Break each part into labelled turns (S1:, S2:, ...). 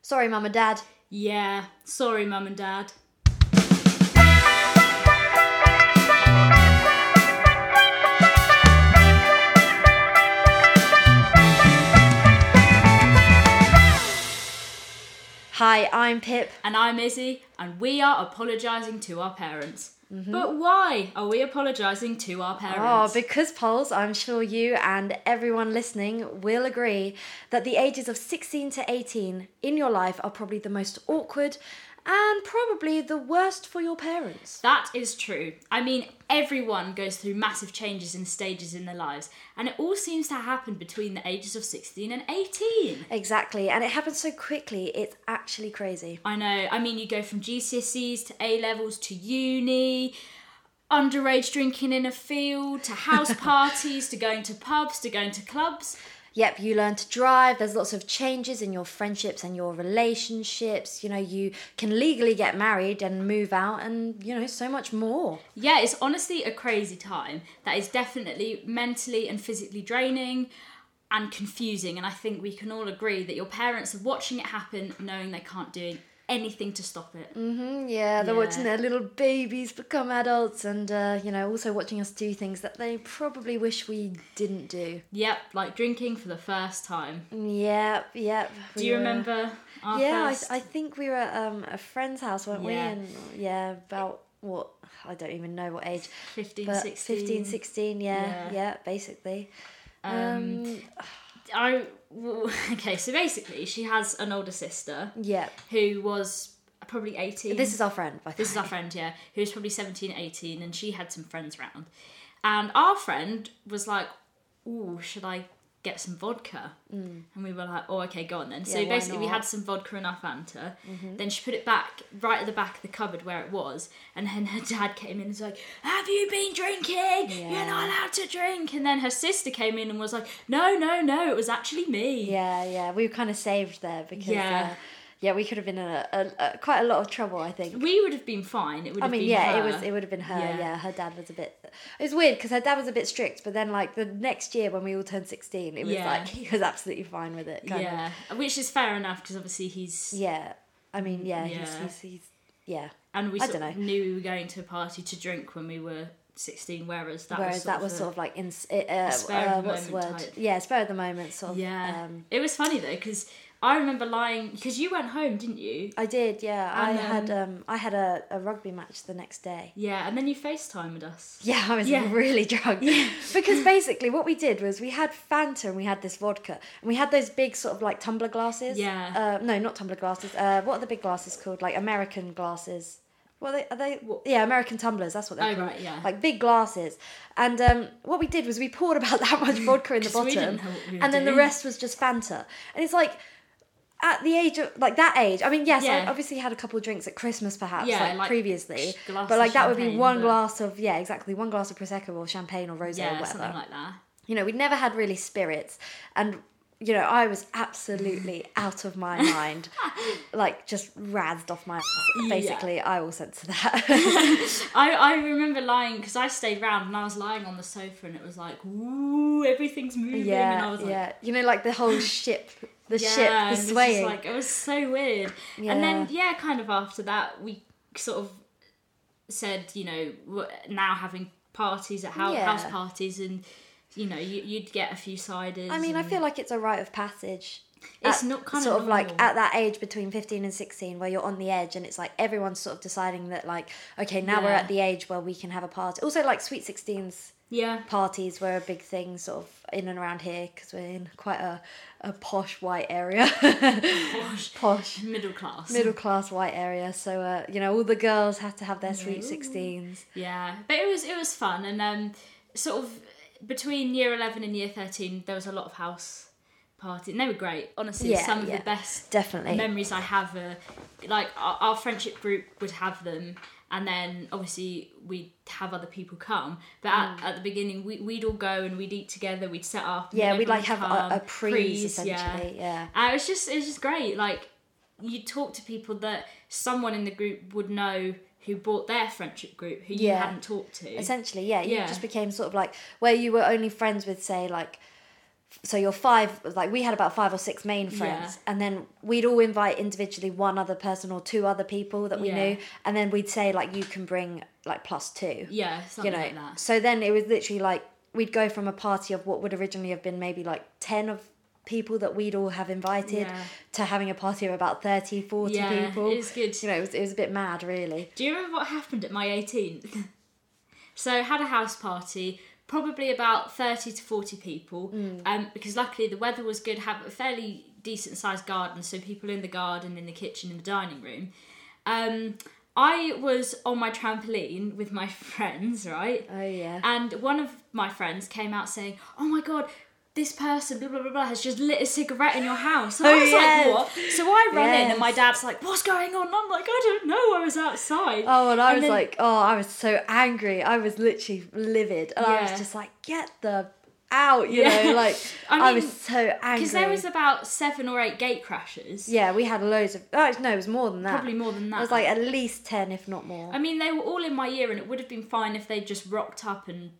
S1: Sorry, Mum and Dad.
S2: Yeah, sorry, Mum and Dad.
S1: Hi, I'm Pip.
S2: And I'm Izzy, and we are apologising to our parents. But why are we apologising to our
S1: Oh,
S2: parents?
S1: because polls, I'm sure you and everyone listening will agree that the ages of 16 to 18 in your life are probably the most awkward and probably the worst for your parents.
S2: that is true. I mean, everyone goes through massive changes and stages in their lives, and it all seems to happen between the ages of 16 and 18.
S1: Exactly, and it happens so quickly, it's actually crazy.
S2: I know. I mean, you go from GCSEs to A levels to uni, underage drinking in a field to house parties to going to pubs to going to clubs.
S1: Yep, you learn to drive. There's lots of changes in your friendships and your relationships. You know, you can legally get married and move out, and you know, so much more.
S2: Yeah, it's honestly a crazy time that is definitely mentally and physically draining and confusing. And I think we can all agree that your parents are watching it happen, knowing they can't do anything to stop it.
S1: Mm. Yeah, they're
S2: Yeah.
S1: watching their little babies become adults, and uh, you know, also watching us do things that they probably wish we didn't do.
S2: Yep, like drinking for the first time.
S1: Yep, yep.
S2: Do
S1: we
S2: you
S1: were-
S2: remember our
S1: Yeah,
S2: first?
S1: I, I think we were at um, a friend's house, weren't
S2: Yeah.
S1: we? And yeah, about what I don't even know what age,
S2: 15,
S1: but
S2: 16.
S1: 15, 16, yeah, yeah,
S2: Yeah.
S1: basically.
S2: Um,
S1: um
S2: I w- okay. So basically, she has an older sister
S1: yeah.
S2: who was probably 18.
S1: This is our friend, by the
S2: This is our friend, yeah, who was probably 17, 18, and she had some friends round. And our friend was like, Ooh, should I get some vodka? Mm. And we were like, Oh, okay, go on then.
S1: Yeah,
S2: so
S1: why
S2: basically, we
S1: not? Mm-hmm.
S2: had some vodka in our Fanta. Then she put it back right at the back of the cupboard where it was. And then her dad came in and was like, Have you been drinking? You're not allowed to drink. And then her sister came in and was like, No, no, no, it was actually me.
S1: Yeah, yeah. We were kind of saved there because yeah,
S2: Yeah.
S1: uh, yeah, we could have been in a, a, a quite a lot of trouble, I think.
S2: We would have been fine. It would
S1: I
S2: have
S1: mean,
S2: been
S1: yeah,
S2: her.
S1: it was it would have been her. Yeah.
S2: Yeah.
S1: her dad was a bit. It was weird because her dad was a bit strict, but then like the next year when we all turned sixteen, it was
S2: Yeah.
S1: like he was absolutely fine with it. Kind
S2: yeah, which is fair enough because obviously he's
S1: Of. Yeah. I mean, yeah, He's,
S2: Mm, Yeah.
S1: he's he's yeah.
S2: and we
S1: I
S2: sort
S1: dunno.
S2: of knew we were going to a party to drink when we were sixteen, whereas that
S1: Whereas
S2: was sort
S1: that was
S2: of a-
S1: sort of like in uh,
S2: spur
S1: uh,
S2: of the
S1: what's the word?
S2: moment type.
S1: Yeah, spur of the moment sort of.
S2: yeah.
S1: Um,
S2: it was funny though because I remember lying because you went home, didn't you?
S1: I did. Yeah, I
S2: And,
S1: had um I had a, a rugby match the next day.
S2: Yeah, and then you FaceTimed us.
S1: Yeah, I was
S2: Yeah.
S1: really drunk. because basically, what we did was we had Fanta and we had this vodka, and we had those big sort of like tumbler glasses.
S2: Yeah.
S1: Uh, no, not tumbler glasses. Uh, what are the big glasses called? Like American glasses. What are they? Are they?
S2: What?
S1: Yeah, American tumblers. That's what they're
S2: Oh,
S1: called.
S2: right, yeah.
S1: Like big glasses. And um, what we did was we poured about that much vodka in the
S2: Mm, 'Cause
S1: bottom,
S2: we didn't know what we were
S1: and then the
S2: doing.
S1: rest was just Fanta. And it's like. At the age of like that age, I mean, yes, I
S2: Yeah.
S1: obviously had a couple of drinks at Christmas, perhaps,
S2: Yeah,
S1: like,
S2: like,
S1: previously,
S2: glass
S1: but like
S2: of
S1: that would be
S2: champagne,
S1: one
S2: but-
S1: glass glass of yeah exactly one glass of prosecco or champagne or rosé or
S2: Yeah,
S1: whatever
S2: something like that.
S1: you know we'd never had really spirits and you know i was absolutely out of my mind like just razzed off my ass.
S2: Yeah.
S1: basically i will censor that
S2: I, I remember lying because I stayed round and I was lying on the sofa and it was like, ooh, everything's moving. and I
S1: yeah
S2: was like,
S1: yeah you know like the whole ship the
S2: and
S1: ship
S2: it's
S1: the
S2: just
S1: swaying
S2: like it was so weird. And then yeah, kind of after that, we sort of said, you know, we're now having parties at house,
S1: Yeah.
S2: house parties, and you know, you, you'd get a few ciders.
S1: i mean i
S2: and-
S1: feel like it's a rite of passage
S2: It's
S1: At-
S2: not kind of
S1: sort of like
S2: normal.
S1: at that age between 15 and 16 where you're on the edge and it's like everyone's sort of deciding that like okay now we're
S2: Yeah.
S1: at the age where we can have a party also like sweet 16s
S2: yeah,
S1: parties were a big thing sort of in and around here because we're in quite a, a posh white area
S2: posh,
S1: posh
S2: middle class,
S1: middle class white area so uh, you know all the girls had to have their sweet 16s
S2: yeah. But it was it was fun, and um, sort of between year eleven and year thirteen, there was a lot of house parties, and they were great. Honestly,
S1: Yeah,
S2: some of
S1: yeah.
S2: the best
S1: definitely
S2: memories I have are like our, our friendship group would have them, and then obviously we'd have other people come. But
S1: Mm.
S2: at, at the beginning, we, we'd all go and we'd eat together. We'd set up. and
S1: yeah
S2: then
S1: we'd like
S2: everyone
S1: have
S2: would
S1: a, a
S2: come,
S1: prees
S2: prees,
S1: essentially yeah.
S2: Yeah, uh, it was just it was just great. Like you talk to people that someone in the group would know who bought their friendship group who you
S1: Yeah.
S2: hadn't talked to.
S1: essentially yeah you
S2: Yeah.
S1: just became sort of like where you were only friends with say like so your five like we had about five or six main friends and then we'd all invite individually one other person or two other people that we
S2: Yeah.
S1: knew and then we'd say like you can bring like plus two
S2: Yeah,
S1: you
S2: something
S1: know
S2: like that.
S1: so then it was literally like we'd go from a party of what would originally have been maybe like 10 of people that we'd all have invited
S2: Yeah.
S1: to having a party of about 30 40
S2: Yeah,
S1: people
S2: it was good.
S1: you know it was, it was a bit mad really
S2: Do you remember what happened at my 18th? so I had a house party, probably about 30 to 40 people, um, because luckily the weather was good, have a fairly decent sized garden, so people in the garden, in the kitchen, in the dining room. Um, I was on my trampoline with my friends, right?
S1: oh yeah
S2: And one of my friends came out saying, "Oh my god, this person, blah blah blah, blah has just lit a cigarette in your house." And
S1: Oh,
S2: I was
S1: yes.
S2: like, "What?" So I run in,
S1: Yes.
S2: and my dad's like, "What's going on?" And I'm like, "I don't know. I was outside."
S1: Oh, and I was
S2: then-
S1: like, oh, I was so angry. I was literally livid, and I was
S2: Yeah.
S1: just like, get the out, you
S2: Yeah.
S1: know, like I,
S2: I mean,
S1: was so angry.
S2: because there was about seven or eight gate crashes.
S1: yeah, we had loads of. Oh no, it was more than that.
S2: Probably more than that.
S1: It was like at least ten, if not more.
S2: I mean, they were all in my year, and it would have been fine if they just rocked up and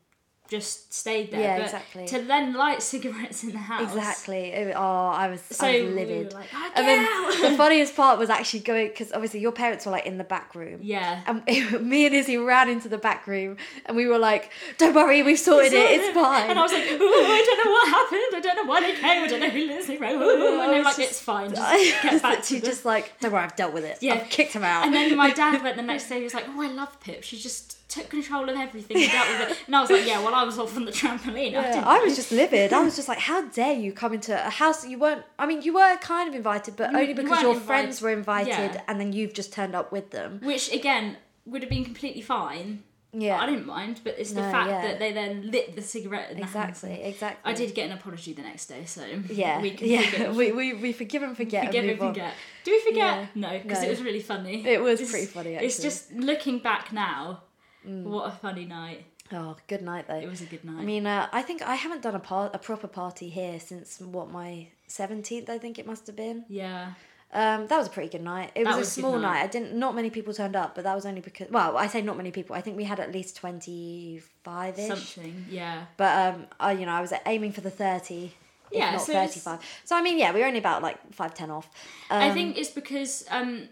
S2: just stayed there.
S1: Yeah,
S2: but
S1: exactly.
S2: To then light cigarettes in the house.
S1: Exactly. It- oh, I was so
S2: So we were
S1: livid.
S2: like, "Ah,
S1: and
S2: get
S1: then
S2: out!"
S1: the funniest part was actually going because obviously your parents were like in the back room.
S2: Yeah.
S1: And me and Izzy ran into the back room, and we were like, "Don't worry, we've sorted it. It's fine."
S2: And I was like, ooh, I don't know what happened. I don't know why they came. I don't know who lives here. Ooh,
S1: I
S2: and they're
S1: was
S2: like,
S1: just-
S2: it's fine.
S1: I
S2: Just
S1: was
S2: get back to
S1: literally
S2: the
S1: just like, don't worry, I've dealt with it. Yeah.
S2: Yeah.
S1: I've kicked him out.
S2: And then my dad went the next day. He was like, "Oh, I love Pip. She just took control of everything and dealt with it." And I was like, "Yeah, well, I was off on the trampoline. I
S1: Yeah,
S2: didn't."
S1: I was just livid. I was just like, how dare you come into a house that you weren't, I mean, you were kind of invited, but only
S2: you
S1: because
S2: weren't
S1: your
S2: invited.
S1: friends were invited
S2: Yeah.
S1: and then you've just turned up with them.
S2: Which again would have been completely fine.
S1: Yeah.
S2: I didn't mind, but it's the
S1: No,
S2: fact
S1: yeah.
S2: that they then lit the cigarette. In the house.
S1: Exactly, exactly.
S2: I did get an apology the next day, so
S1: Yeah.
S2: we can
S1: yeah.
S2: forgive,
S1: we, we, we forgive and forget.
S2: forgive
S1: and
S2: and
S1: move on.
S2: forget. Do we forget?
S1: Yeah.
S2: No, because
S1: No.
S2: it was really funny.
S1: It was
S2: It's-
S1: pretty funny,
S2: It's
S1: actually.
S2: just looking back now. What a funny night!
S1: Oh, good night, though.
S2: It was a good night.
S1: Mm. I mean, uh, I think I haven't done a, par- a proper party here since, what, my 17th, I think it must have been.
S2: yeah,
S1: Um, that was a pretty good night. It
S2: That
S1: was,
S2: was
S1: a
S2: a good
S1: small night.
S2: night.
S1: I didn't. Not many people turned up, but that was only because. Well, I say not many people. I think we had at least twenty five ish.
S2: something. Yeah,
S1: But um, I you know I was aiming for the thirty. Yeah,
S2: Yeah,
S1: if not
S2: so it's-
S1: thirty five. So I mean, yeah, we were only about like five ten off. Um,
S2: I think it's because um,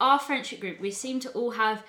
S2: our friendship group, we seem to all have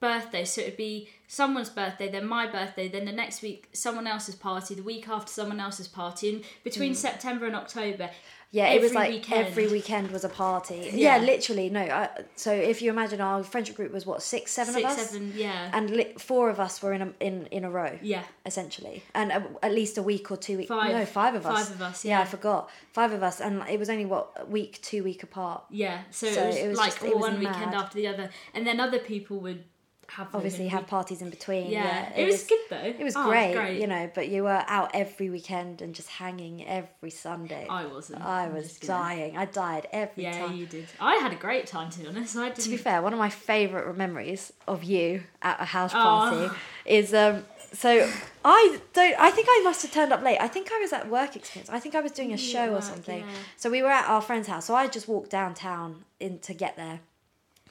S2: birthdays. So it'd be someone's birthday, then my birthday, then the next week someone else's party, the week after someone else's party, and between
S1: Mm.
S2: September and October.
S1: Yeah, it was
S2: every
S1: like
S2: weekend.
S1: every weekend was a party. Yeah,
S2: Yeah.
S1: literally. No, I, so if you imagine our friendship group was what six, seven
S2: Six,
S1: of us,
S2: seven, yeah.
S1: and li- four of us were in a, in in a row.
S2: yeah.
S1: essentially, and a, at least a week or two weeks.
S2: Five.
S1: No, five of us.
S2: Five of us,
S1: I
S2: yeah.
S1: forgot. Five of us, and it was only what a week, two week apart.
S2: Yeah, so,
S1: So
S2: it was,
S1: it was
S2: like
S1: just- it was
S2: one
S1: mad.
S2: weekend after the other, and then other people would have them
S1: Obviously,
S2: in-
S1: have parties in between.
S2: Yeah,
S1: Yeah,
S2: it, was, good though.
S1: It was
S2: Oh,
S1: great, you know, but you were out every weekend and just hanging every Sunday.
S2: I wasn't.
S1: I
S2: I'm
S1: was
S2: just gonna-
S1: dying. I died every
S2: Yeah,
S1: time.
S2: you did. I had a great time to be honest. I
S1: to be
S2: didn't.
S1: fair, one of my favourite memories of you at a house
S2: Oh.
S1: party is um so I don't I think I must have turned up late. I think I was at work experience. I think I was doing a show or
S2: work,
S1: something.
S2: yeah.
S1: So we were at our friend's house. So I just walked downtown in to get there.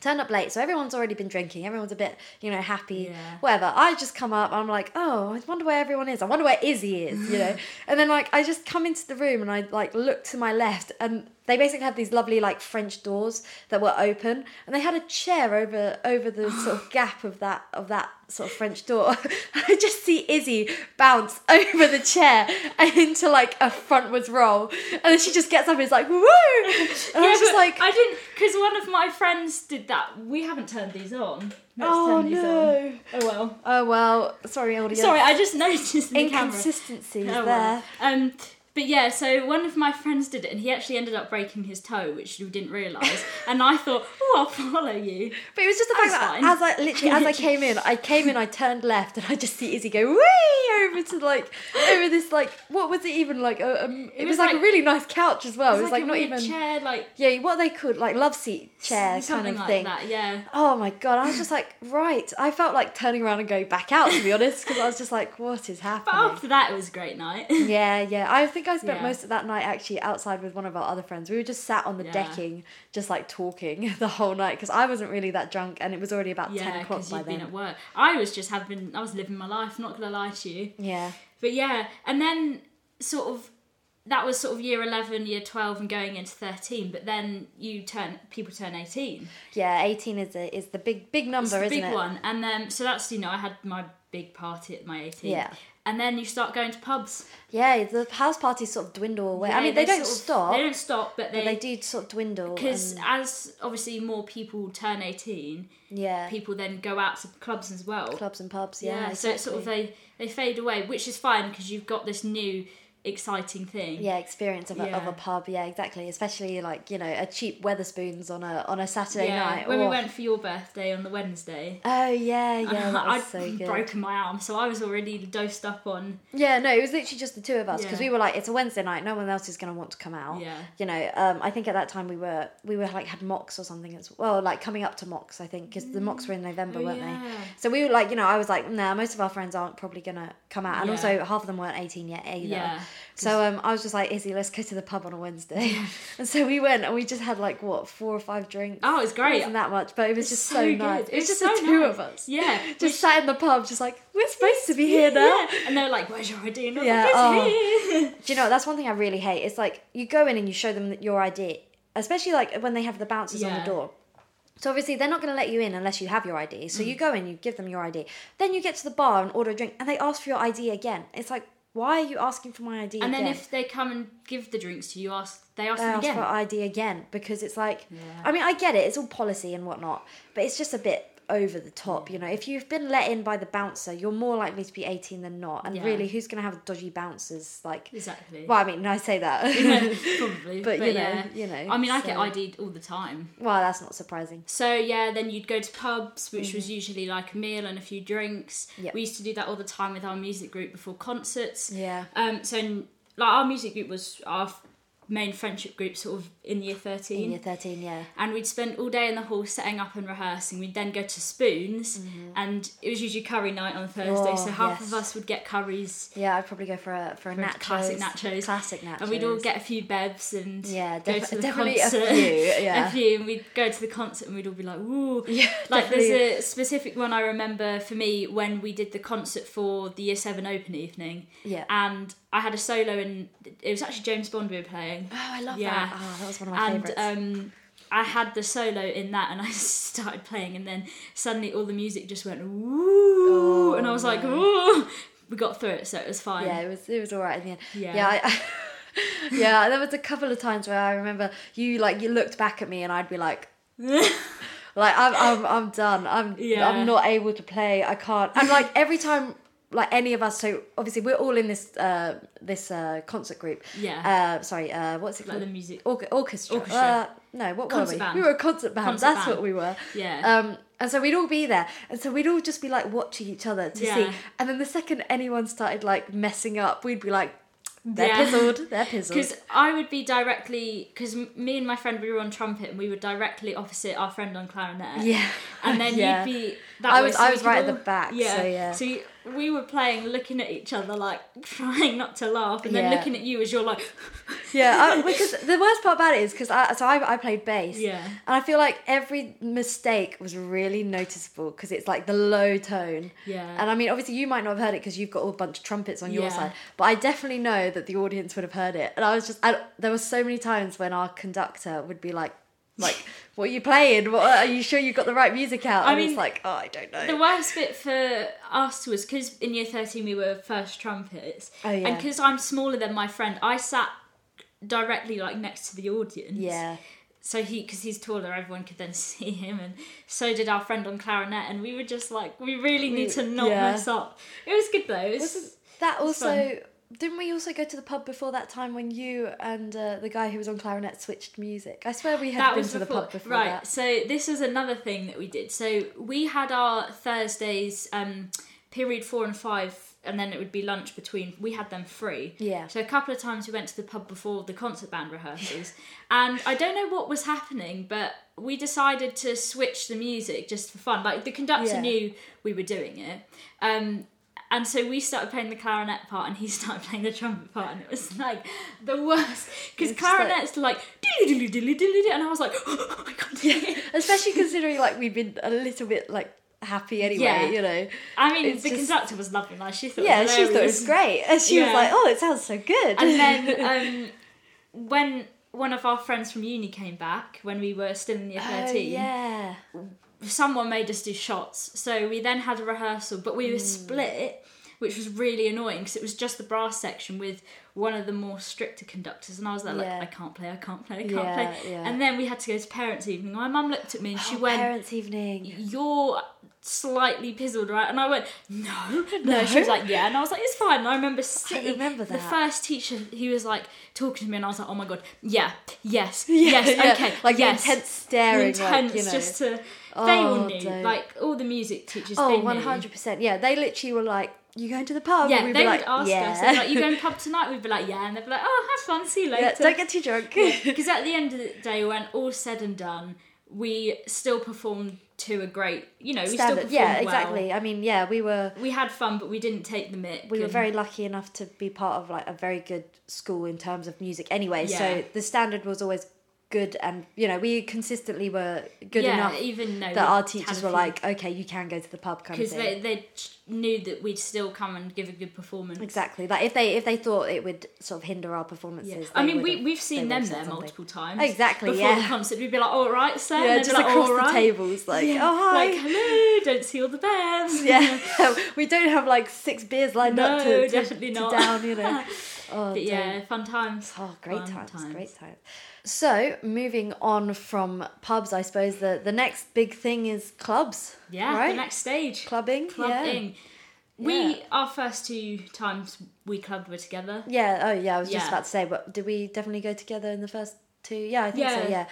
S1: Turned up late, so everyone's already been drinking. Everyone's a bit, you know, happy,
S2: Yeah.
S1: whatever. I just come up, I'm like, oh, I wonder where everyone is. I wonder where Izzy is, you know. and then like I just come into the room and I like look to my left, and they basically had these lovely like French doors that were open, and they had a chair over over the sort of gap of that of that sort of French door. I just see Izzy bounce over the chair and into like a frontwards roll, and then she just gets up and is like, woo! And I was
S2: Yeah,
S1: just
S2: but
S1: like,
S2: I didn't because one of my friends did that. We haven't turned these on. Let's
S1: oh
S2: turn these on.
S1: no.
S2: Oh well.
S1: Oh well, sorry, audience.
S2: Sorry, I just noticed in the camera.
S1: inconsistencies there.
S2: Oh, well. Um, but yeah, so one of my friends did it, and he actually ended up breaking his toe, which we didn't realise. and I thought, oh, I'll follow you.
S1: But it was just the fact that
S2: That's fine.
S1: as I literally as I came in, I came in, I turned left, and I just see Izzy go way over to like over this like what was it even like? A, um, it, was,
S2: was
S1: like, a
S2: like-
S1: really nice couch as well. It was,
S2: a
S1: like, not
S2: weird
S1: even
S2: chair, like
S1: yeah, what they could like love seat chair kind
S2: something
S1: of
S2: like
S1: thing.
S2: that. Yeah.
S1: Oh my god! I was just like, right. I felt like turning around and going back out to be honest, because I was just like, what is
S2: But
S1: happening?
S2: after that, it was a great night.
S1: Yeah, yeah. I think I spent
S2: Yeah.
S1: most of that night actually outside with one of our other friends. We were just sat on the
S2: Yeah.
S1: decking, just like talking the whole night because I wasn't really that drunk, and it was already about ten
S2: yeah,
S1: o'clock
S2: because
S1: by
S2: you'd
S1: then.
S2: been at work. I was just having, I was living my life. Not gonna lie to you.
S1: Yeah,
S2: But yeah, and then sort of that was sort of year 11 year 12 and going into 13 but then you turn people turn 18
S1: Yeah, 18 is a, is the big big number,
S2: it's the
S1: isn't
S2: big
S1: it?
S2: one and then so that's you know i had my big party at my 18th
S1: Yeah.
S2: and then you start going to pubs
S1: Yeah, the house parties sort of dwindle away. I
S2: Yeah,
S1: mean, they, don't
S2: sort of-
S1: stop,
S2: they don't stop but
S1: but they
S2: they
S1: do sort of dwindle.
S2: because
S1: and-
S2: as obviously more people turn 18
S1: yeah,
S2: people then go out to clubs as well
S1: clubs and pubs. Yeah,
S2: yeah, so it's sort of
S1: exactly.
S2: they they fade away which is fine because you've got this new exciting thing
S1: yeah experience of a, of
S2: Yeah.
S1: a pub. Yeah, exactly. Especially like you know a cheap Weatherspoons on a on a Saturday
S2: Yeah,
S1: night.
S2: when
S1: or-
S2: we went for your birthday on the wednesday
S1: Oh yeah, yeah, that was
S2: I'd
S1: so good.
S2: broken my arm, so I was already dosed up on.
S1: Yeah, no, it was literally just the two of us because
S2: Yeah.
S1: we were like, it's a Wednesday night, no one else is going to want to come out.
S2: Yeah.
S1: You know, um, I think at that time we were we were like had mocks or something as well, like coming up to mocks, I think, because the mocks were in November,
S2: Oh,
S1: weren't
S2: yeah.
S1: they? So we were like, you know, I was like, nah, most of our friends aren't probably going to come out, and
S2: Yeah.
S1: also half of them weren't eighteen yet either.
S2: Yeah.
S1: So um, I was just like, Izzy, let's go to the pub on a Wednesday, and so we went and we just had like what four or five drinks.
S2: Oh, it's
S1: It
S2: great.
S1: wasn't that much, but it was
S2: It's
S1: just so,
S2: so good.
S1: nice. It was
S2: It's
S1: just the
S2: so
S1: two
S2: nice.
S1: of us.
S2: Yeah, we
S1: Just sat in the pub, just like we're supposed to be here now.
S2: Yeah. And they're like, "Where's your ID?" And I'm
S1: Yeah,
S2: like, "It's
S1: oh.
S2: here."
S1: Do you know that's one thing I really hate? It's like you go in and you show them that your ID, especially like when they have the bouncers on the
S2: Yeah.
S1: door. So obviously they're not going to let you in unless you have your ID. So
S2: Mm.
S1: you go in, you give them your ID, then you get to the bar and order a drink, and they ask for your ID again. It's like, why are you asking for my ID?
S2: And
S1: again?
S2: then if they come and give the drinks to you, ask they ask
S1: they
S2: them
S1: ask
S2: again.
S1: for ID again because it's like,
S2: Yeah.
S1: I mean, I get it. It's all policy and whatnot, but it's just a bit over the top, you know.
S2: Mm.
S1: If you've been let in by the bouncer, you're more likely to be 18 than not. And
S2: Yeah.
S1: really, who's going to have dodgy bouncers? Like,
S2: Exactly.
S1: well, I mean, I say that.
S2: Probably.
S1: But,
S2: But,
S1: you know,
S2: yeah.
S1: you know,
S2: I mean, I get
S1: so-
S2: ID'd all the time.
S1: well, that's not surprising.
S2: So yeah, then you'd go to pubs, which was usually like a meal and a few drinks.
S1: Mm-hmm. Yep.
S2: We used to do that all the time with our music group before concerts.
S1: Yeah.
S2: Um. So like our music group was our f- main friendship group, sort of in year thirteen.
S1: In year 13, yeah.
S2: and we'd spend all day in the hall setting up and rehearsing. We'd then go to Spoons, and it was usually curry night on Thursday.
S1: Mm-hmm. Oh,
S2: so half
S1: yes.
S2: of us would get curries,
S1: Yeah, I'd probably go for a for a nachos,
S2: classic nachos,
S1: classic nachos,
S2: and we'd all get a few bevs and
S1: yeah,
S2: go
S1: defi-
S2: to the
S1: definitely
S2: concert.
S1: a few, yeah,
S2: a few, and we'd go to the concert, and we'd all be like, "Woo!"
S1: yeah,
S2: Like
S1: definitely.
S2: there's a specific one I remember for me when we did the concert for the Year Seven Open evening,
S1: yeah.
S2: and I had a solo, and it was actually James Bond we were playing,
S1: oh, I love
S2: yeah.
S1: that. Oh, that was one of my
S2: and
S1: favorites.
S2: um, I had the solo in that, and I started playing, and then suddenly all the music just went woo,
S1: Oh,
S2: and I was like,
S1: no.
S2: "Ooh!" We got through it, so it was fine.
S1: yeah, it was it was all right in the end.
S2: Yeah.
S1: yeah. I, Yeah, there was a couple of times where I remember you like you looked back at me and I'd be like, like I'm I'm, I'm done. I'm
S2: Yeah.
S1: I'm not able to play. I can't. And like every time, like any of us. So obviously we're all in this uh this uh concert group.
S2: Yeah.
S1: Uh, sorry. Uh, what's it
S2: Uh-huh. like
S1: called?
S2: the music.
S1: Orc- orchestra.
S2: Orchestra.
S1: Uh, no, what
S2: Concert
S1: were we?
S2: band.
S1: We were a concert band.
S2: Concert
S1: That's
S2: band.
S1: what we were.
S2: Yeah.
S1: Um, and so we'd all be there, and so we'd all just be like watching each other to
S2: Yeah.
S1: see. And then the second anyone started like messing up, we'd be like, "They're
S2: Yeah.
S1: pizzled. They're pizzled."
S2: Because I would be directly, because me and my friend we were on trumpet, and we were directly opposite our friend on clarinet.
S1: Yeah.
S2: and then
S1: Yeah.
S2: you'd be. uh, That
S1: I
S2: way,
S1: was-
S2: so
S1: I
S2: we
S1: was
S2: could
S1: right at the
S2: all-
S1: back, so yeah.
S2: So you- we were playing, looking at each other, like trying not to laugh, and
S1: Yeah.
S2: then looking at you as you're like,
S1: Yeah, I, because the worst part about it is because I so I, I played bass.
S2: Yeah.
S1: and I feel like every mistake was really noticeable because it's like the low tone.
S2: Yeah.
S1: and I mean obviously you might not have heard it because you've got a bunch of trumpets on your
S2: Yeah.
S1: side, but I definitely know that the audience would have heard it. And I was just I, there were so many times when our conductor would be like. Like, what are you playing? What, are you sure you got the right music out?
S2: I
S1: And it's
S2: mean,
S1: like, oh, I don't know.
S2: The worst bit for us was because in year 13 we were first trumpets.
S1: Oh, yeah.
S2: And because I'm smaller than my friend, I sat directly like next to the audience.
S1: yeah,
S2: So he, because he's taller, everyone could then see him. And so did our friend on clarinet. And we were just like, we really need to not
S1: yeah.
S2: mess up. It was good though. It was,
S1: that also.
S2: fun.
S1: Didn't we also go to the pub before that time when you and uh, the guy who was on clarinet switched music? I swear we had
S2: that
S1: been
S2: was
S1: to the
S2: before.
S1: pub before
S2: right.
S1: that.
S2: So this was another thing that we did. So we had our Thursdays, um, period four and five, and then it would be lunch between. We had them free.
S1: Yeah.
S2: So a couple of times we went to the pub before the concert band rehearsals, and I don't know what was happening, but we decided to switch the music just for fun. Like the conductor
S1: Yeah.
S2: knew we were doing it. Um, and so we started playing the clarinet part, and he started playing the trumpet part, and it was like the worst because
S1: It's just like-
S2: clarinets like, dilly oh dilly dilly dilly, dilly, and I was like, I can't do it.
S1: Especially considering like we'd been a little bit like happy anyway,
S2: Yeah.
S1: you know.
S2: I mean,
S1: It's
S2: the
S1: just-
S2: conductor was loving. Like she thought, it
S1: Yeah,
S2: was
S1: she thought it
S2: hilarious.
S1: was great. And she was
S2: Yeah.
S1: like, oh, it sounds so good.
S2: And then um, when one of our friends from uni came back, when we were still in year
S1: oh,
S2: thirteen,
S1: yeah.
S2: someone made us do shots. So we then had a rehearsal, but we were
S1: Mm.
S2: split, which was really annoying because it was just the brass section with one of the more stricter conductors. And I was there like,
S1: Yeah.
S2: I can't play, I can't play, I can't
S1: Yeah,
S2: play.
S1: yeah.
S2: And then we had to go to parents' evening. My mum looked at me and she
S1: Oh,
S2: went,
S1: Parents' evening.
S2: you're slightly pizzled, right? And I went, no, no. She was like, yeah. And I was like, it's fine. And I remember sitting,
S1: remember
S2: the
S1: that.
S2: first teacher, he was like talking to me and I was like, oh my God, yeah, yes,
S1: Yeah,
S2: yes,
S1: yeah.
S2: okay.
S1: Like the
S2: yes.
S1: intense staring.
S2: intense,
S1: like, you know.
S2: just to, they all
S1: Oh,
S2: knew,
S1: don't.
S2: like all the music teachers,
S1: Oh,
S2: they knew.
S1: 100%. Yeah, they literally were like, you going to the pub?
S2: Yeah,
S1: And we'd
S2: they
S1: be
S2: would
S1: like,
S2: ask
S1: yeah.
S2: us, they'd be like, you going pub tonight? We'd be like, yeah. And they'd be like, oh, have fun, see you later.
S1: yeah, don't get too drunk.
S2: Because at the end of the day, when all said and done, we still performed to a great, you know, we still
S1: Standard.
S2: performed
S1: Yeah,
S2: well.
S1: exactly. I mean, yeah, we were
S2: we had fun, but we didn't take the mick.
S1: we were
S2: and-
S1: very lucky enough to be part of like a very good school in terms of music anyway
S2: Yeah.
S1: so the standard was always good and you know we consistently were good
S2: yeah,
S1: enough
S2: even though
S1: that our teachers were like okay you can go to the pub kind of
S2: because
S1: thing
S2: they they ch- knew that we'd still come and give a good performance.
S1: exactly like if they if they thought it would sort of hinder our performances
S2: Yeah.
S1: they
S2: I mean,
S1: would've-
S2: we we've
S1: they
S2: seen
S1: would've
S2: them
S1: said
S2: there
S1: something.
S2: multiple times.
S1: Exactly,
S2: Before the
S1: yeah.
S2: concert, we'd be like, "Oh, "All right, sir," and
S1: yeah
S2: they'd be
S1: just
S2: like,
S1: across
S2: "All right."
S1: the tables like
S2: Yeah.
S1: oh hi
S2: Like, hello, don't see all the bears.
S1: yeah we don't have like six beers lined up
S2: No,
S1: to, to,
S2: definitely
S1: to
S2: not.
S1: down you know oh
S2: but
S1: dear.
S2: yeah, fun times.
S1: Oh, great
S2: Fun
S1: times, great times. So, moving on from pubs, I suppose the, the next big thing is clubs.
S2: Yeah,
S1: right?
S2: the next stage,
S1: clubbing.
S2: clubbing.
S1: Yeah.
S2: We our first two times we clubbed were together.
S1: Yeah. yeah. Oh, yeah. I was just
S2: Yeah.
S1: about to say, but did we definitely go together in the first two? Yeah, I think so. Yeah.
S2: Yeah.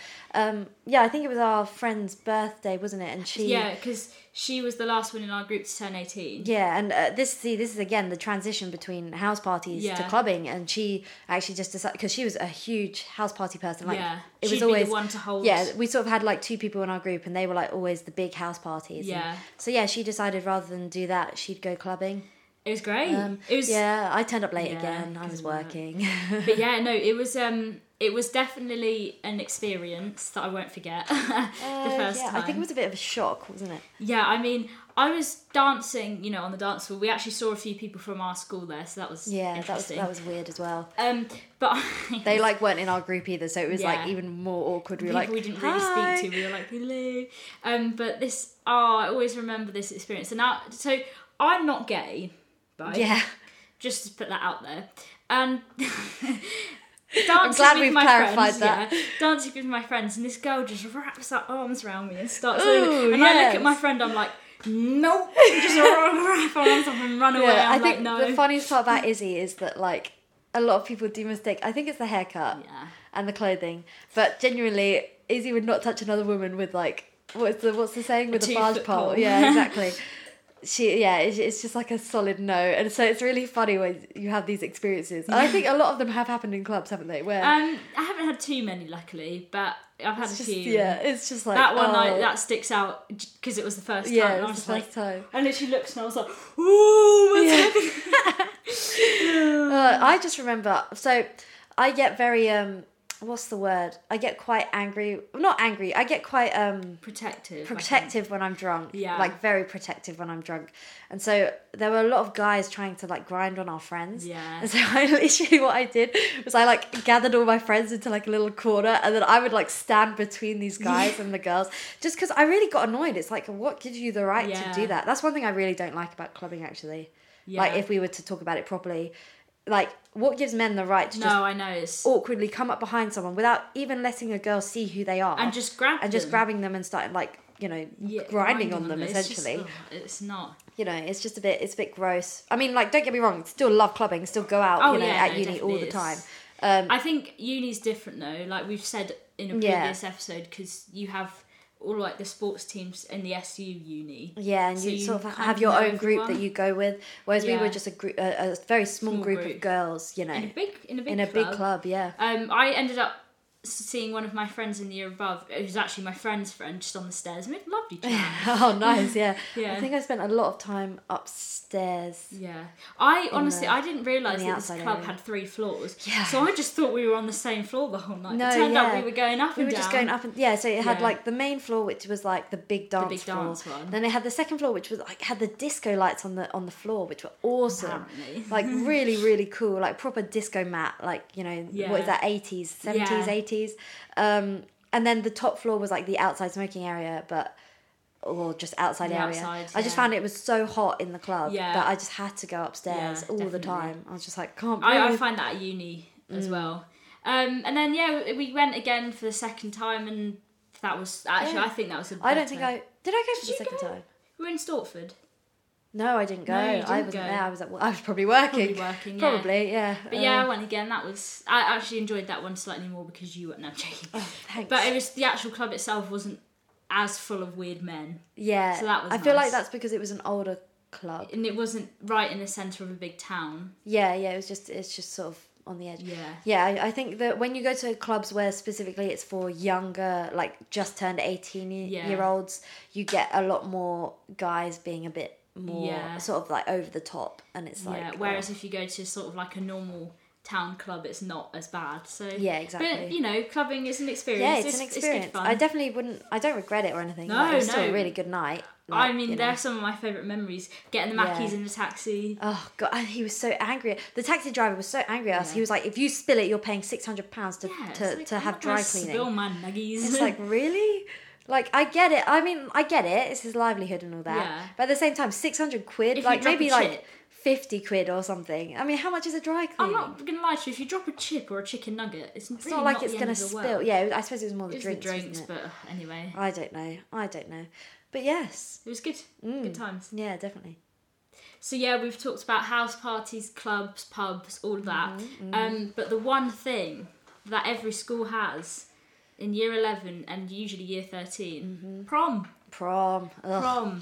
S1: Um, yeah, I think it was our friend's birthday, wasn't it? And she.
S2: Yeah, because she was the last one in our group to turn eighteen.
S1: Yeah, and uh, this see this is again the transition between house parties to
S2: Yeah.
S1: clubbing, and she actually just decided because she was a huge house party person. Like
S2: yeah,
S1: it
S2: she'd
S1: was always
S2: be the one to hold.
S1: Yeah, we sort of had like two people in our group, and they were like always the big house parties. and
S2: Yeah.
S1: so yeah, she decided rather than do that, she'd go clubbing.
S2: it was great.
S1: Um,
S2: it was,
S1: yeah, I turned up late
S2: Yeah,
S1: again. I was
S2: doesn't work.
S1: working.
S2: but yeah, no, it was. Um, it was definitely an experience that I won't forget. the first
S1: yeah,
S2: time,
S1: I think it was a bit of a shock, wasn't it?
S2: Yeah, I mean, I was dancing, you know, on the dance floor. We actually saw a few people from our school there, so that was
S1: Yeah, that was
S2: interesting.
S1: that was weird as well.
S2: Um, but
S1: They like weren't in our group either, so it was like
S2: Yeah.
S1: even more awkward. We were
S2: people
S1: like
S2: we didn't really
S1: "Hi."
S2: speak to. We were like, hello. Um, but this, oh, I always remember this experience. And now, so I'm not gay, right?
S1: Yeah,
S2: Just to put that out there. And dancing
S1: glad
S2: with
S1: we've
S2: my
S1: clarified
S2: friends,
S1: that.
S2: Yeah, dancing with my friends, and this girl just wraps her arms around me and starts.
S1: Ooh,
S2: doing it. and I look
S1: yes.
S2: at my friend, I'm like, nope. And just wrap her arms up and run away.
S1: yeah. I
S2: I'm
S1: think
S2: like, no.
S1: the funniest part about Izzy is that like a lot of people do mistake. I think it's the haircut.
S2: yeah.
S1: and the clothing. But genuinely, Izzy would not touch another woman with like what's the what's the saying with a barge
S2: two-foot
S1: pole.
S2: pole.
S1: Yeah, exactly. She yeah, it's, it's just like a solid no, and so it's really funny when you have these experiences. And I think a lot of them have happened in clubs, haven't they? Where
S2: Um, I haven't had too many, luckily, but I've had
S1: it's
S2: a
S1: just,
S2: few.
S1: yeah, it's just like
S2: that one,
S1: oh,
S2: like, that sticks out because it was the first
S1: yeah,
S2: time.
S1: it
S2: and I was
S1: was
S2: just
S1: the
S2: like,
S1: first time.
S2: I literally looked and I was like, ooh, what's
S1: Yeah.
S2: happening?
S1: Uh, I just remember. So I get very um, what's the word? I get quite angry. Not angry. I get quite um.
S2: Protective. I think.
S1: protective when I'm drunk.
S2: Yeah.
S1: Like very protective when I'm drunk. And so there were a lot of guys trying to like grind on our friends.
S2: Yeah.
S1: And so I literally what I did was I like gathered all my friends into like a little corner and then I would like stand between these guys and the girls just because I really got annoyed. It's like what gives you the right
S2: Yeah.
S1: to do that? That's one thing I really don't like about clubbing actually.
S2: Yeah.
S1: Like if we were to talk about it properly, like what gives men the right to just
S2: No, I know. It's,
S1: awkwardly come up behind someone without even letting a girl see who they are
S2: and just grab
S1: and just
S2: them.
S1: grabbing them and starting like you know
S2: Yeah,
S1: grinding on them
S2: It's just-
S1: essentially
S2: ugh, it's not.
S1: you know it's just a bit it's a bit gross i mean like don't get me wrong still love clubbing still go out
S2: Oh,
S1: you know
S2: yeah,
S1: at
S2: no,
S1: uni all
S2: definitely
S1: the
S2: is.
S1: time um
S2: I think uni's different though. Like we've said in a
S1: Yeah.
S2: previous episode, because you have all like the sports teams in the SU uni.
S1: yeah, and
S2: So
S1: you,
S2: you
S1: sort of
S2: kind
S1: have
S2: of
S1: your
S2: know
S1: own group that
S2: everyone.
S1: you go with, whereas we
S2: Yeah.
S1: were just a group, a, a very small,
S2: Small
S1: group, of
S2: group.
S1: girls, you know,
S2: In a big, in a big,
S1: in a big club. Yeah,
S2: Um, I ended up seeing one of my friends in the year above, who's actually my friend's friend, just on the stairs. We had a lovely chat.
S1: oh, nice. Yeah.
S2: Yeah.
S1: I think I spent a lot of time upstairs.
S2: Yeah, I honestly
S1: the-
S2: I didn't realise
S1: the
S2: that this
S1: outside
S2: club
S1: area.
S2: had three floors.
S1: Yeah.
S2: So I just thought we were on the same floor the whole night. it
S1: No,
S2: turned out
S1: yeah.
S2: we were going up
S1: We
S2: and
S1: were
S2: down.
S1: just going up and yeah, so it had
S2: Yeah.
S1: like the main floor which was like the big dance
S2: big
S1: floor.
S2: dance one.
S1: Then it had the second floor which was like had the disco lights on the on the floor which were awesome.
S2: Apparently.
S1: Like really, really cool, like proper disco mat, like you know what
S2: Yeah.
S1: is that, eighties, seventies,
S2: Yeah.
S1: eighties. Um and then the top floor was like the outside smoking area, but or just outside
S2: The
S1: area.
S2: outside,
S1: I just
S2: yeah.
S1: found it was so hot in the club
S2: Yeah.
S1: that I just had to go upstairs
S2: Yeah,
S1: all the
S2: definitely.
S1: time. I was just like, can't breathe.
S2: I, I find that at uni as
S1: Mm.
S2: well. Um, and then yeah, we went again for the second time, and that was actually
S1: Yeah.
S2: I think that was. A
S1: I don't think
S2: better-
S1: I did. I go for
S2: Did
S1: the
S2: you
S1: second
S2: go?
S1: time.
S2: We were in Stortford,
S1: No, I didn't go.
S2: No, you
S1: I
S2: didn't
S1: wasn't
S2: go.
S1: there. I was at. I was probably working.
S2: probably working. Yeah.
S1: Probably, yeah. Um,
S2: But yeah, I went again. That was I actually enjoyed that one slightly more because you were no I'm joking.
S1: thanks.
S2: But it was the actual club itself wasn't as full of weird men.
S1: yeah.
S2: so that was
S1: I feel like
S2: nice.
S1: that's because it was an older club.
S2: and it wasn't right in the center of a big town.
S1: Yeah, yeah. It was just. It's just sort of on the edge.
S2: Yeah.
S1: Yeah, I, I think that when you go to clubs where specifically it's for younger, like just turned eighteen y-
S2: Yeah.
S1: year olds, you get a lot more guys being a bit more
S2: Yeah.
S1: sort of like over the top, and it's like
S2: yeah.
S1: oh.
S2: Whereas if you go to sort of like a normal town club, it's not as bad. So
S1: Yeah, exactly.
S2: But you know, clubbing is an experience.
S1: oh, Yeah, it's, an experience.
S2: good fun.
S1: I definitely wouldn't. I don't regret it or anything.
S2: No,
S1: like, it was still a
S2: no.
S1: really good night.
S2: I
S1: like,
S2: mean,
S1: you know.
S2: they're some of my favourite memories. Getting the
S1: Yeah.
S2: Mackies in the taxi.
S1: Oh god, and he was so angry. The taxi driver was so angry at us.
S2: Yeah.
S1: He was like, "If you spill it, you're paying six hundred pounds to
S2: Yeah, it's
S1: to,
S2: like,
S1: to
S2: I'm
S1: have
S2: not gonna
S1: dry cleaning."
S2: Spill my nuggies.
S1: It's like really, like I get it. I mean, I get it. It's his livelihood and all that.
S2: Yeah.
S1: But at the same time, six hundred quid,
S2: If you
S1: like
S2: drop a
S1: maybe like
S2: chip.
S1: fifty quid or something. I mean, how much is a dry
S2: I'm
S1: cleaning?
S2: not gonna lie to you. If you drop a chip or a chicken nugget, it's,
S1: it's
S2: really
S1: not like it's
S2: the
S1: gonna
S2: end of the
S1: spill.
S2: World.
S1: Yeah, it was- I suppose it was more the
S2: It's
S1: drinks.
S2: the
S1: wasn't
S2: drinks,
S1: it?
S2: but uh, anyway,
S1: I don't know. I don't know. But yes,
S2: it was good.
S1: Mm.
S2: Good times.
S1: yeah, definitely.
S2: So yeah, we've talked about house parties, clubs, pubs, all
S1: Mm-hmm,
S2: of that. Um, but the one thing that every school has in year eleven and usually year 13 prom,
S1: Prom, Mm-hmm. Ugh,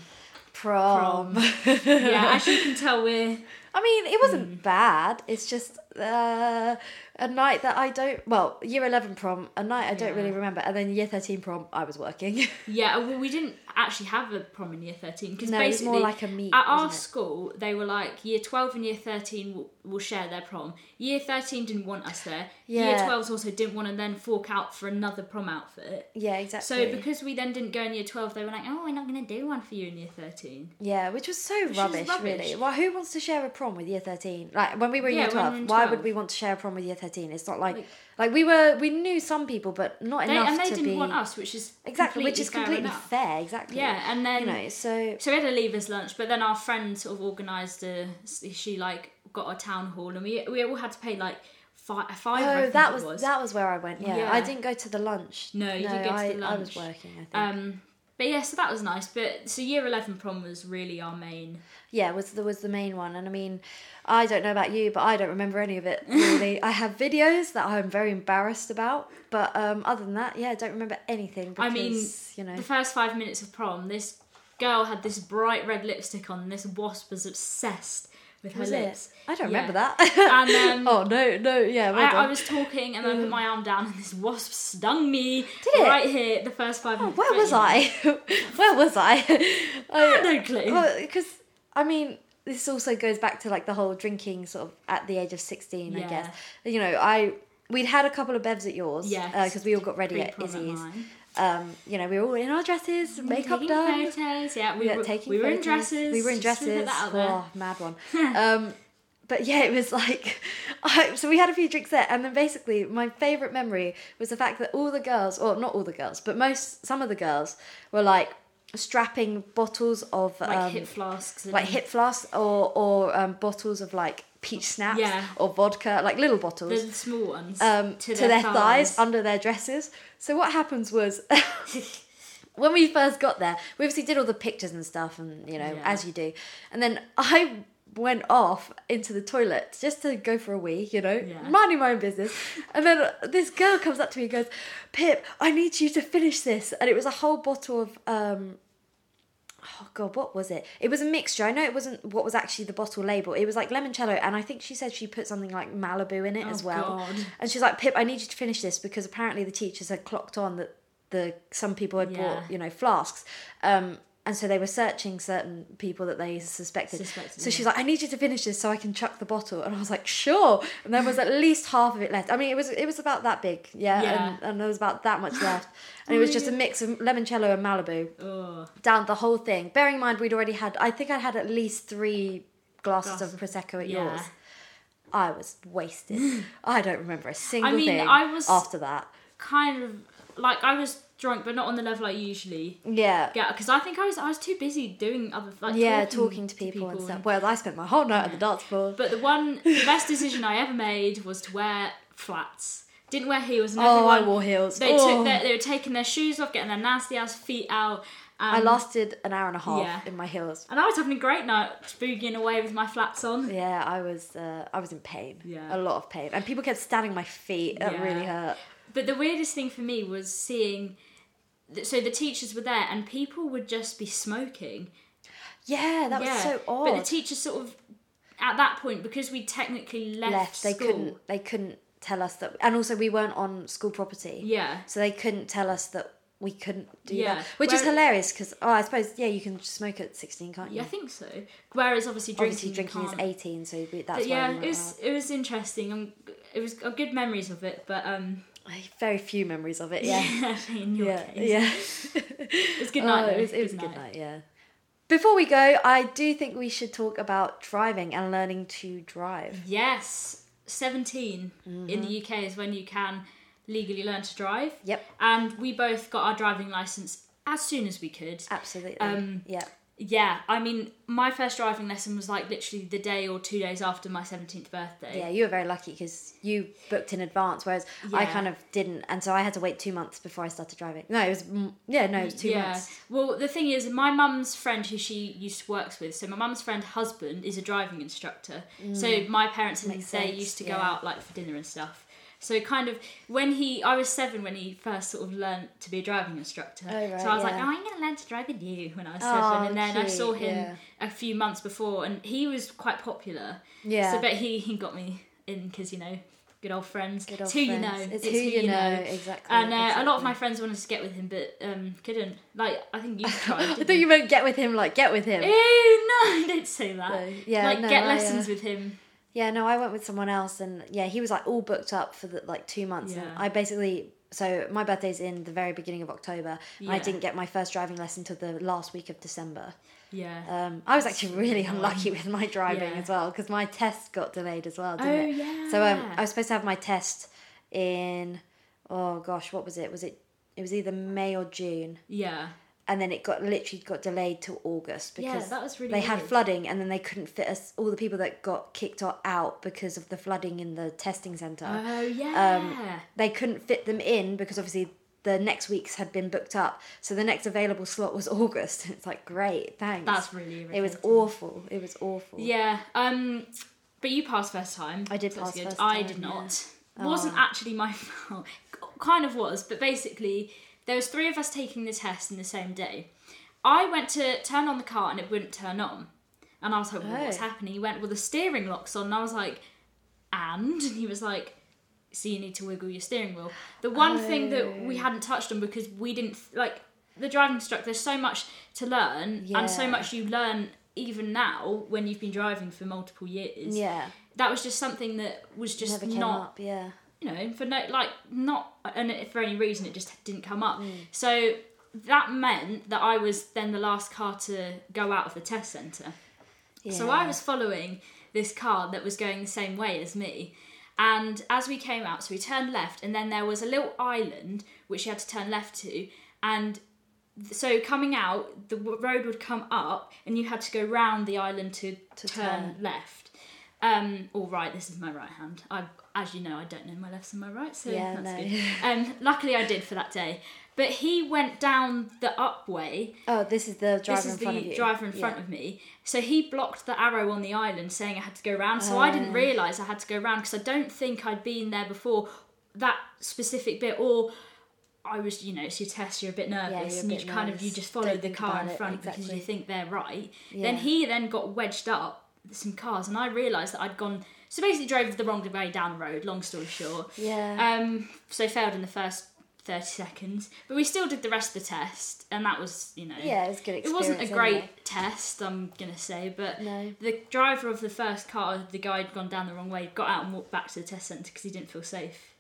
S2: prom.
S1: prom.
S2: yeah, as you can tell, we're
S1: I mean, it
S2: Mm.
S1: wasn't bad. It's just uh, a night that I don't. Well, year eleven prom, a night I don't
S2: Yeah.
S1: really remember, and then year thirteen prom, I was working.
S2: yeah. Well, we didn't actually have a prom in year thirteen because
S1: no, it was
S2: basically
S1: more like a meet.
S2: At our
S1: wasn't
S2: school, they were like year 12 and year 13 will, will share their prom. Year 13 didn't want us there. Year
S1: Yeah.
S2: 12s also didn't want to then fork out for another prom outfit.
S1: it? yeah, exactly.
S2: So because we then didn't go in year 12, they were like, oh, we're not going to do one for you in year 13.
S1: yeah, which was so
S2: is
S1: rubbish,
S2: rubbish.
S1: really. Well, who wants to share a prom with year thirteen? Like when we were in
S2: Yeah,
S1: year
S2: when we were
S1: twelve,
S2: in
S1: why
S2: 12.
S1: would we want to share a prom with year thirteen? It's not like,
S2: Like-
S1: like we were we knew some people, but not
S2: They,
S1: enough
S2: and they
S1: to
S2: didn't
S1: be
S2: want us, which is
S1: exactly, which is
S2: fair
S1: completely
S2: enough.
S1: fair. Exactly.
S2: Yeah, and then
S1: you know, so
S2: so we had a leavers lunch, but then our friend sort of organised a. She like got a town hall, and we we all had to pay like five. five I
S1: Oh,
S2: think
S1: that
S2: it
S1: was,
S2: was
S1: that was where I went. Yeah.
S2: Yeah.
S1: I didn't go to the lunch.
S2: No, you didn't go to
S1: I,
S2: the
S1: I was
S2: lunch.
S1: working. I think.
S2: Um, but yeah, so that was nice. But so year eleven prom was really our main.
S1: yeah, was the was the main one. And I mean, I don't know about you, but I don't remember any of it. Really, I have videos that I'm very embarrassed about, but um, other than that, yeah, I don't remember anything. Because,
S2: I mean,
S1: you know,
S2: The first five minutes of prom, this girl had this bright red lipstick on. And this wasp was obsessed with her
S1: was
S2: lips.
S1: it? I don't
S2: Yeah.
S1: remember that.
S2: And um,
S1: oh no, no, yeah, well
S2: I,
S1: done.
S2: I was talking and I put my arm down and this wasp stung me
S1: Did it? Oh,
S2: right here the first five minutes.
S1: where
S2: But,
S1: was
S2: you know,
S1: I? where was I?
S2: I
S1: I
S2: had no clue.
S1: Well, because I mean, this also goes back to like the whole drinking sort of at the age of sixteen, I
S2: Yeah.
S1: guess. You know, I we'd had a couple of bevs at yours,
S2: Yes.
S1: because uh, we all got ready at
S2: Pre-prom at
S1: Izzy's.
S2: mine.
S1: Um, you know, we were all in our dresses, makeup
S2: Taking
S1: done.
S2: Photos. Yeah, Mm-hmm. we
S1: We
S2: were
S1: were taking
S2: We were in
S1: photos.
S2: dresses.
S1: We were in
S2: just to put
S1: dresses.
S2: that out there.
S1: Oh, mad one. um, but yeah, it was like, I, so we had a few drinks there, and then basically my favorite memory was the fact that all the girls, or not all the girls, but most some of the girls were like strapping bottles of
S2: Like
S1: um,
S2: hip flasks. And
S1: like hip flasks or or um, bottles of like peach snaps
S2: Yeah.
S1: or vodka, like little
S2: the
S1: bottles.
S2: small ones
S1: um, to, their, thighs. under their dresses. So what happens was, when we first got there, we obviously did all the pictures and stuff, and you know
S2: Yeah.
S1: as you do. And then I went off into the toilet just to go for a wee, you know,
S2: Yeah.
S1: minding my own business. And then this girl comes up to me and goes, "Pip, I need you to finish this." And it was a whole bottle of um, oh god what was it it was a mixture i know it wasn't what was actually the bottle label it was like limoncello and i think she said she put something like malibu in it
S2: Oh,
S1: as well
S2: God.
S1: and she's like pip i need you to finish this because apparently the teachers had clocked on that the some people had
S2: Yeah.
S1: bought you know flasks um and so they were searching certain people that they suspected.
S2: Suspected,
S1: so
S2: yeah.
S1: she's like, "I need you to finish this so I can chuck the bottle." And I was like, "Sure." And there was at least half of it left. I mean, it was it was about that big, yeah,
S2: Yeah.
S1: And, and there was about that much left. And it was just a mix of limoncello and Malibu
S2: Oh,
S1: down the whole thing. Bearing in mind, we'd already had, I think I'd had at least three glasses
S2: Glass.
S1: of Prosecco at
S2: Yeah.
S1: yours. I was wasted. I don't remember a single
S2: mean,
S1: thing
S2: I was-
S1: after that.
S2: kind of like I was drunk, but not on the level I usually
S1: Yeah.
S2: get because I think I was I was too busy doing other like
S1: yeah, talking, to people, and stuff. Well, I spent my whole night at the dance floor.
S2: But the one the best decision I ever made was to wear flats. Didn't wear heels. And
S1: Oh, I
S2: everyone-
S1: wore heels.
S2: They
S1: Oh.
S2: took their, they were taking their shoes off, getting their nasty ass feet out. And,
S1: I lasted an hour and a half
S2: um, Yeah.
S1: in my heels.
S2: and I was having a great night, boogieing away with my flats on.
S1: Yeah, I was uh, I was in pain.
S2: Yeah.
S1: A lot of pain. And people kept standing my feet. That
S2: Yeah.
S1: really hurt.
S2: But the weirdest thing for me was seeing. th- So the teachers were there, and people would just be smoking.
S1: Yeah, that was so odd.
S2: But the teachers sort of at that point because we technically left,
S1: left. They
S2: school.
S1: couldn't they couldn't tell us that and also we weren't on school property.
S2: Yeah.
S1: So they couldn't tell us that we couldn't do
S2: Yeah.
S1: that, which is
S2: Where-
S1: hilarious because oh, I suppose yeah, you can just smoke at sixteen, can't you?
S2: Yeah, I think so. Whereas obviously
S1: Obviously,
S2: drinking,
S1: drinking is
S2: can't.
S1: eighteen, so we, that's
S2: But
S1: why
S2: yeah,
S1: we
S2: it was it was interesting. Um, it was uh, good memories of it, but um,
S1: very few memories of it. Yeah,
S2: yeah, in your
S1: yeah,
S2: case,
S1: yeah.
S2: it was a good
S1: Oh,
S2: night.
S1: it
S2: though.
S1: was, it was a good night. Yeah. Before we go, I do think we should talk about driving and learning to drive.
S2: Yes, 17 in the UK is when you can legally learn to drive.
S1: Yep,
S2: And we both got our driving license as soon as we could.
S1: absolutely.
S2: Um,
S1: yeah,
S2: Yeah, I mean, my first driving lesson was like literally the day or two days after my 17th birthday.
S1: yeah. You were very lucky because you booked in advance, whereas I
S2: Yeah.
S1: kind of didn't, and so I had to wait two months before I started driving. No, it was mm, yeah, no, it was two months.
S2: Well, the thing is, my mum's friend who she used to works with, so my mum's friend husband is a driving instructor. So my parents and they
S1: Mm. Makes sense,
S2: used to go
S1: yeah.
S2: out like for dinner and stuff. So kind of when he, I was seven when he first sort of learned to be a driving instructor.
S1: Oh, right,
S2: so I was like,
S1: yeah.
S2: oh, I'm gonna learn to drive with you when I was seven.
S1: Oh,
S2: and then I saw
S1: cute,
S2: him
S1: yeah.
S2: a few months before, and he was quite popular.
S1: Yeah.
S2: So but he he got me in because you know, good old friends.
S1: Good old
S2: it's who you know.
S1: friends. It's who you know, exactly,
S2: And uh, a lot of
S1: exactly.
S2: my friends wanted to get with him, but um, couldn't. Like I think you tried.
S1: I
S2: didn't
S1: thought you meant get with him, like get with him.
S2: Ew, Eh, no, don't say that.
S1: No, yeah,
S2: like
S1: no,
S2: get
S1: I,
S2: lessons
S1: uh,
S2: with him.
S1: Yeah, no, I went with someone else, and yeah, he was like all booked up for the, like two months.
S2: Yeah.
S1: And I basically, so my birthday's in the very beginning of October, and I
S2: Yeah.
S1: didn't get my first driving lesson till the last week of December.
S2: Yeah.
S1: Um, I was actually really unlucky with my driving
S2: Yeah.
S1: as well because my test got delayed as well, didn't
S2: Oh,
S1: it? So um,
S2: yeah.
S1: I was supposed to have my test in, oh gosh, what was it? Was it? It was either May or June,
S2: yeah.
S1: and then it got literally got delayed till August
S2: Yeah,
S1: because
S2: that was really
S1: they had
S2: weird.
S1: flooding, and then they couldn't fit us all the people that got kicked o- out because of the flooding in the testing center.
S2: Oh yeah.
S1: They couldn't fit them in because obviously the next weeks had been booked up, so the next available slot was August. It's like great, thanks.
S2: That's really
S1: It was
S2: irritating.
S1: awful. It was awful.
S2: Yeah. Um, but you passed first time.
S1: I did
S2: so that's
S1: pass first
S2: I
S1: time,
S2: did
S1: yeah. Oh.
S2: not. Wasn't actually my fault. Kind of was, but basically there was three of us taking the test in the same day. I went to turn on the car and it wouldn't turn on, and I was like, well, "What's
S1: Oh.
S2: happening?" He went, "Well, the steering lock's on," and I was like, "And?" And he was like. So you need to wiggle your steering wheel. The one thing that
S1: Oh.
S2: we hadn't touched on because we didn't like the driving instructor. There's so much to learn and so
S1: Yeah.
S2: much you learn even now when you've been driving for multiple years.
S1: Yeah.
S2: That was just something that was just
S1: Never came
S2: not
S1: up. Yeah.
S2: you know, for no, like, not, and if for any reason it just didn't come up.
S1: Mm.
S2: So that meant that I was then the last car to go out of the test centre. So I
S1: Yeah.
S2: was following this car that was going the same way as me. And as we came out, so we turned left, and then there was a little island which you had to turn left to. And th- so coming out, the w- road would come up, and you had to go round the island to,
S1: To
S2: turn, left. Um, or right, this is my right hand. I, as you know, I don't know my lefts and my right, so
S1: Yeah,
S2: that's
S1: no.
S2: good. Um, luckily, I did for that day. But he went down the up way,
S1: Oh, this is the driver
S2: this is
S1: in front of
S2: the
S1: you.
S2: driver in front
S1: yeah.
S2: of me. So he blocked the arrow on the island, saying I had to go round. So I
S1: Oh.
S2: didn't realise I had to go round because I don't think I'd been there before that specific bit, or I was, you know, it's your test, you're a bit nervous,
S1: you're a
S2: and
S1: bit
S2: you kind of
S1: nervous.
S2: you just follow
S1: Don't
S2: the
S1: think
S2: car
S1: about
S2: in
S1: it,
S2: front because
S1: exactly.
S2: you think they're right.
S1: Yeah.
S2: Then he then got wedged up with some cars, and I realised that I'd gone. So basically, drove the wrong way down the road. Long story short,
S1: Yeah.
S2: um, so failed in the first thirty seconds, but we still did the rest of the test, and that was, you know,
S1: yeah, it was a good
S2: it
S1: experience.
S2: wasn't a great
S1: anyway.
S2: test, I'm gonna say, but
S1: No.
S2: the driver of the first car, the guy had gone down the wrong way, got out and walked back to the test centre because he didn't feel safe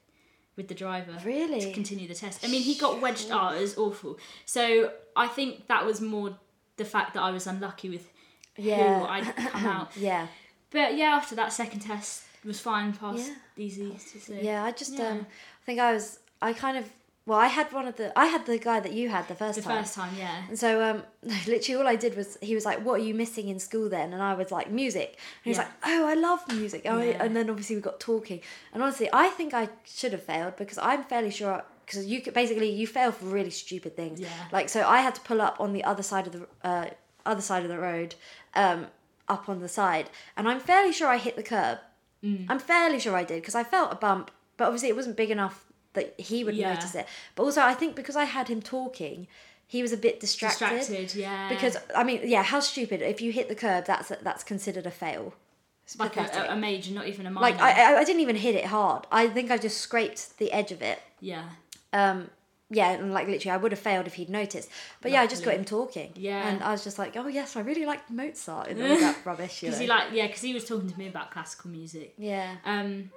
S2: with the driver to
S1: Really?
S2: continue the test. I mean, he got wedged out. It was awful. So I think that was more the fact that I was unlucky with
S1: Yeah.
S2: who I'd come out.
S1: yeah.
S2: But yeah, after that second test was fine, passed
S1: Yeah.
S2: easy. so-
S1: Yeah, I just
S2: Yeah.
S1: um I think I was I kind of well, I had one of the I had the guy that you had the first
S2: the
S1: time.
S2: first time, yeah.
S1: And so, um, literally, all I did was he was like, "What are you missing in school then?" And I was like, "Music." And he was
S2: Yeah.
S1: like, "Oh, I love music." And, I-
S2: Yeah.
S1: and then obviously we got talking. And honestly, I think I should have failed because I'm fairly sure because you could, basically you fail for really stupid things.
S2: Yeah.
S1: Like so, I had to pull up on the other side of the uh, other side of the road, um, up on the side, and I'm fairly sure I hit the curb.
S2: Mm.
S1: I'm fairly sure I did because I felt a bump, but obviously it wasn't big enough that he would
S2: Yeah.
S1: notice it. But also, I think because I had him talking, he was a bit distracted.
S2: Distracted, yeah.
S1: Because I mean, yeah, how stupid! If you hit the curb, that's that's considered a fail. It's
S2: like
S1: pathetic.
S2: a, a major, not even a minor.
S1: like I, I, I didn't even hit it hard. I think I just scraped the edge of it.
S2: yeah.
S1: Um, yeah, and like literally, I would have failed if he'd noticed. But yeah, I just got
S2: Luckily.
S1: him talking.
S2: Yeah.
S1: and I was just like, oh yes, I really liked Mozart and all that rubbish. You know?
S2: Because he like yeah, because he was talking to me about classical music.
S1: yeah,
S2: Um,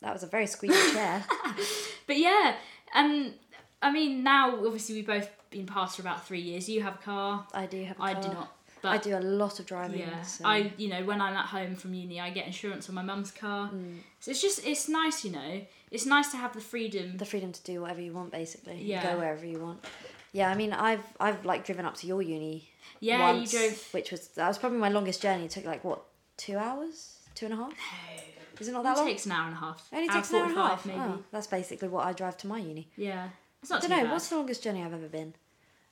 S1: that was a very squeaky chair.
S2: But yeah, um, I mean, now obviously we've both been past for about three years. You have a car,
S1: I do have. A
S2: I do
S1: car.
S2: not.
S1: I
S2: But
S1: do a lot of driving.
S2: yeah,
S1: so-
S2: I you know when I'm at home from uni, I get insurance on my mum's car.
S1: Mm.
S2: So it's just it's nice, you know. It's nice to have the freedom.
S1: the freedom to do whatever you want basically
S2: Yeah.
S1: go wherever you want yeah i mean i've i've like driven up to your uni
S2: yeah,
S1: once,
S2: you drove.
S1: which was that was probably my longest journey it took like what two hours two and a half is it not that
S2: it
S1: long
S2: takes an hour and a half.
S1: it only
S2: hour
S1: takes an hour and a half
S2: 45 maybe.
S1: Oh, that's basically what i drive to my uni
S2: Yeah, it's not
S1: i don't
S2: too
S1: know
S2: bad.
S1: what's the longest journey i've ever been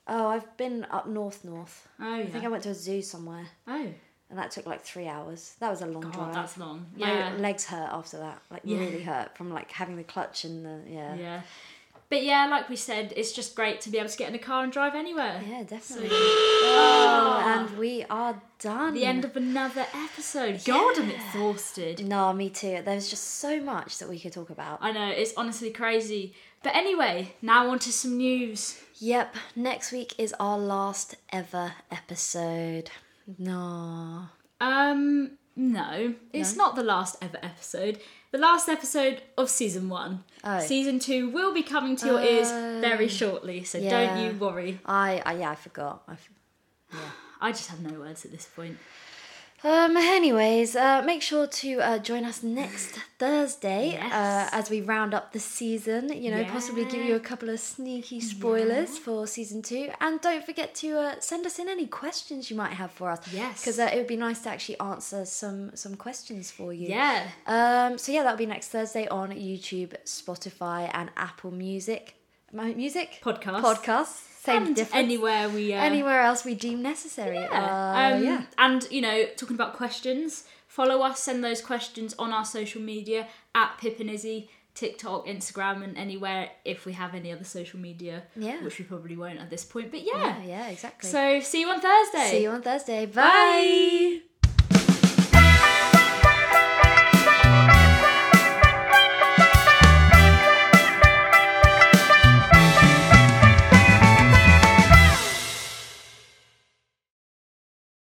S1: oh i've been up north north
S2: Oh yeah.
S1: i think i went to a zoo somewhere
S2: oh
S1: and that took like three hours that was a long
S2: god,
S1: drive
S2: that's long.
S1: my
S2: Yeah.
S1: legs hurt after that like
S2: Yeah.
S1: really hurt from like having the clutch and the yeah yeah,
S2: yeah. But yeah, like we said, it's just great to be able to get in a car and drive anywhere.
S1: definitely Oh,
S2: So
S1: and we are done.
S2: Ah. the end of another episode. God, I'm exhausted.
S1: No, me too. There's just so much that we could talk about.
S2: I know, it's honestly crazy. But anyway, now on to some news.
S1: Yep, next week is our last ever episode. No.
S2: Um, no, it's not the last ever episode. The last episode of season one.
S1: Oh.
S2: Season two will be coming to your ears
S1: Oh.
S2: very shortly, so
S1: Yeah.
S2: don't you worry.
S1: I, I yeah, I forgot. I f-
S2: I just have no words at this point.
S1: um anyways, uh make sure to uh join us next Thursday
S2: Yes.
S1: uh as we round up the season, you know, possibly give you a couple of sneaky spoilers for season 2 and don't forget to uh send us in any questions you might have for us.
S2: Yes.
S1: Cuz uh, it would be nice to actually answer some some questions for you.
S2: Yeah.
S1: Um, so yeah, that'll be next Thursday on YouTube, Spotify, and Apple Music. Mu- Music
S2: Podcast.
S1: podcasts. Same
S2: and
S1: difference.
S2: anywhere we uh,
S1: Anywhere else we deem necessary.
S2: Yeah.
S1: Uh,
S2: um,
S1: yeah.
S2: And, you know, talking about questions, follow us, send those questions on our social media at Pip and Izzy, TikTok, Instagram, and anywhere if we have any other social media,
S1: Yeah.
S2: which we probably won't at this point. But
S1: Yeah,
S2: yeah.
S1: yeah, exactly.
S2: So see you on Thursday.
S1: See you on Thursday. Bye.
S2: Bye.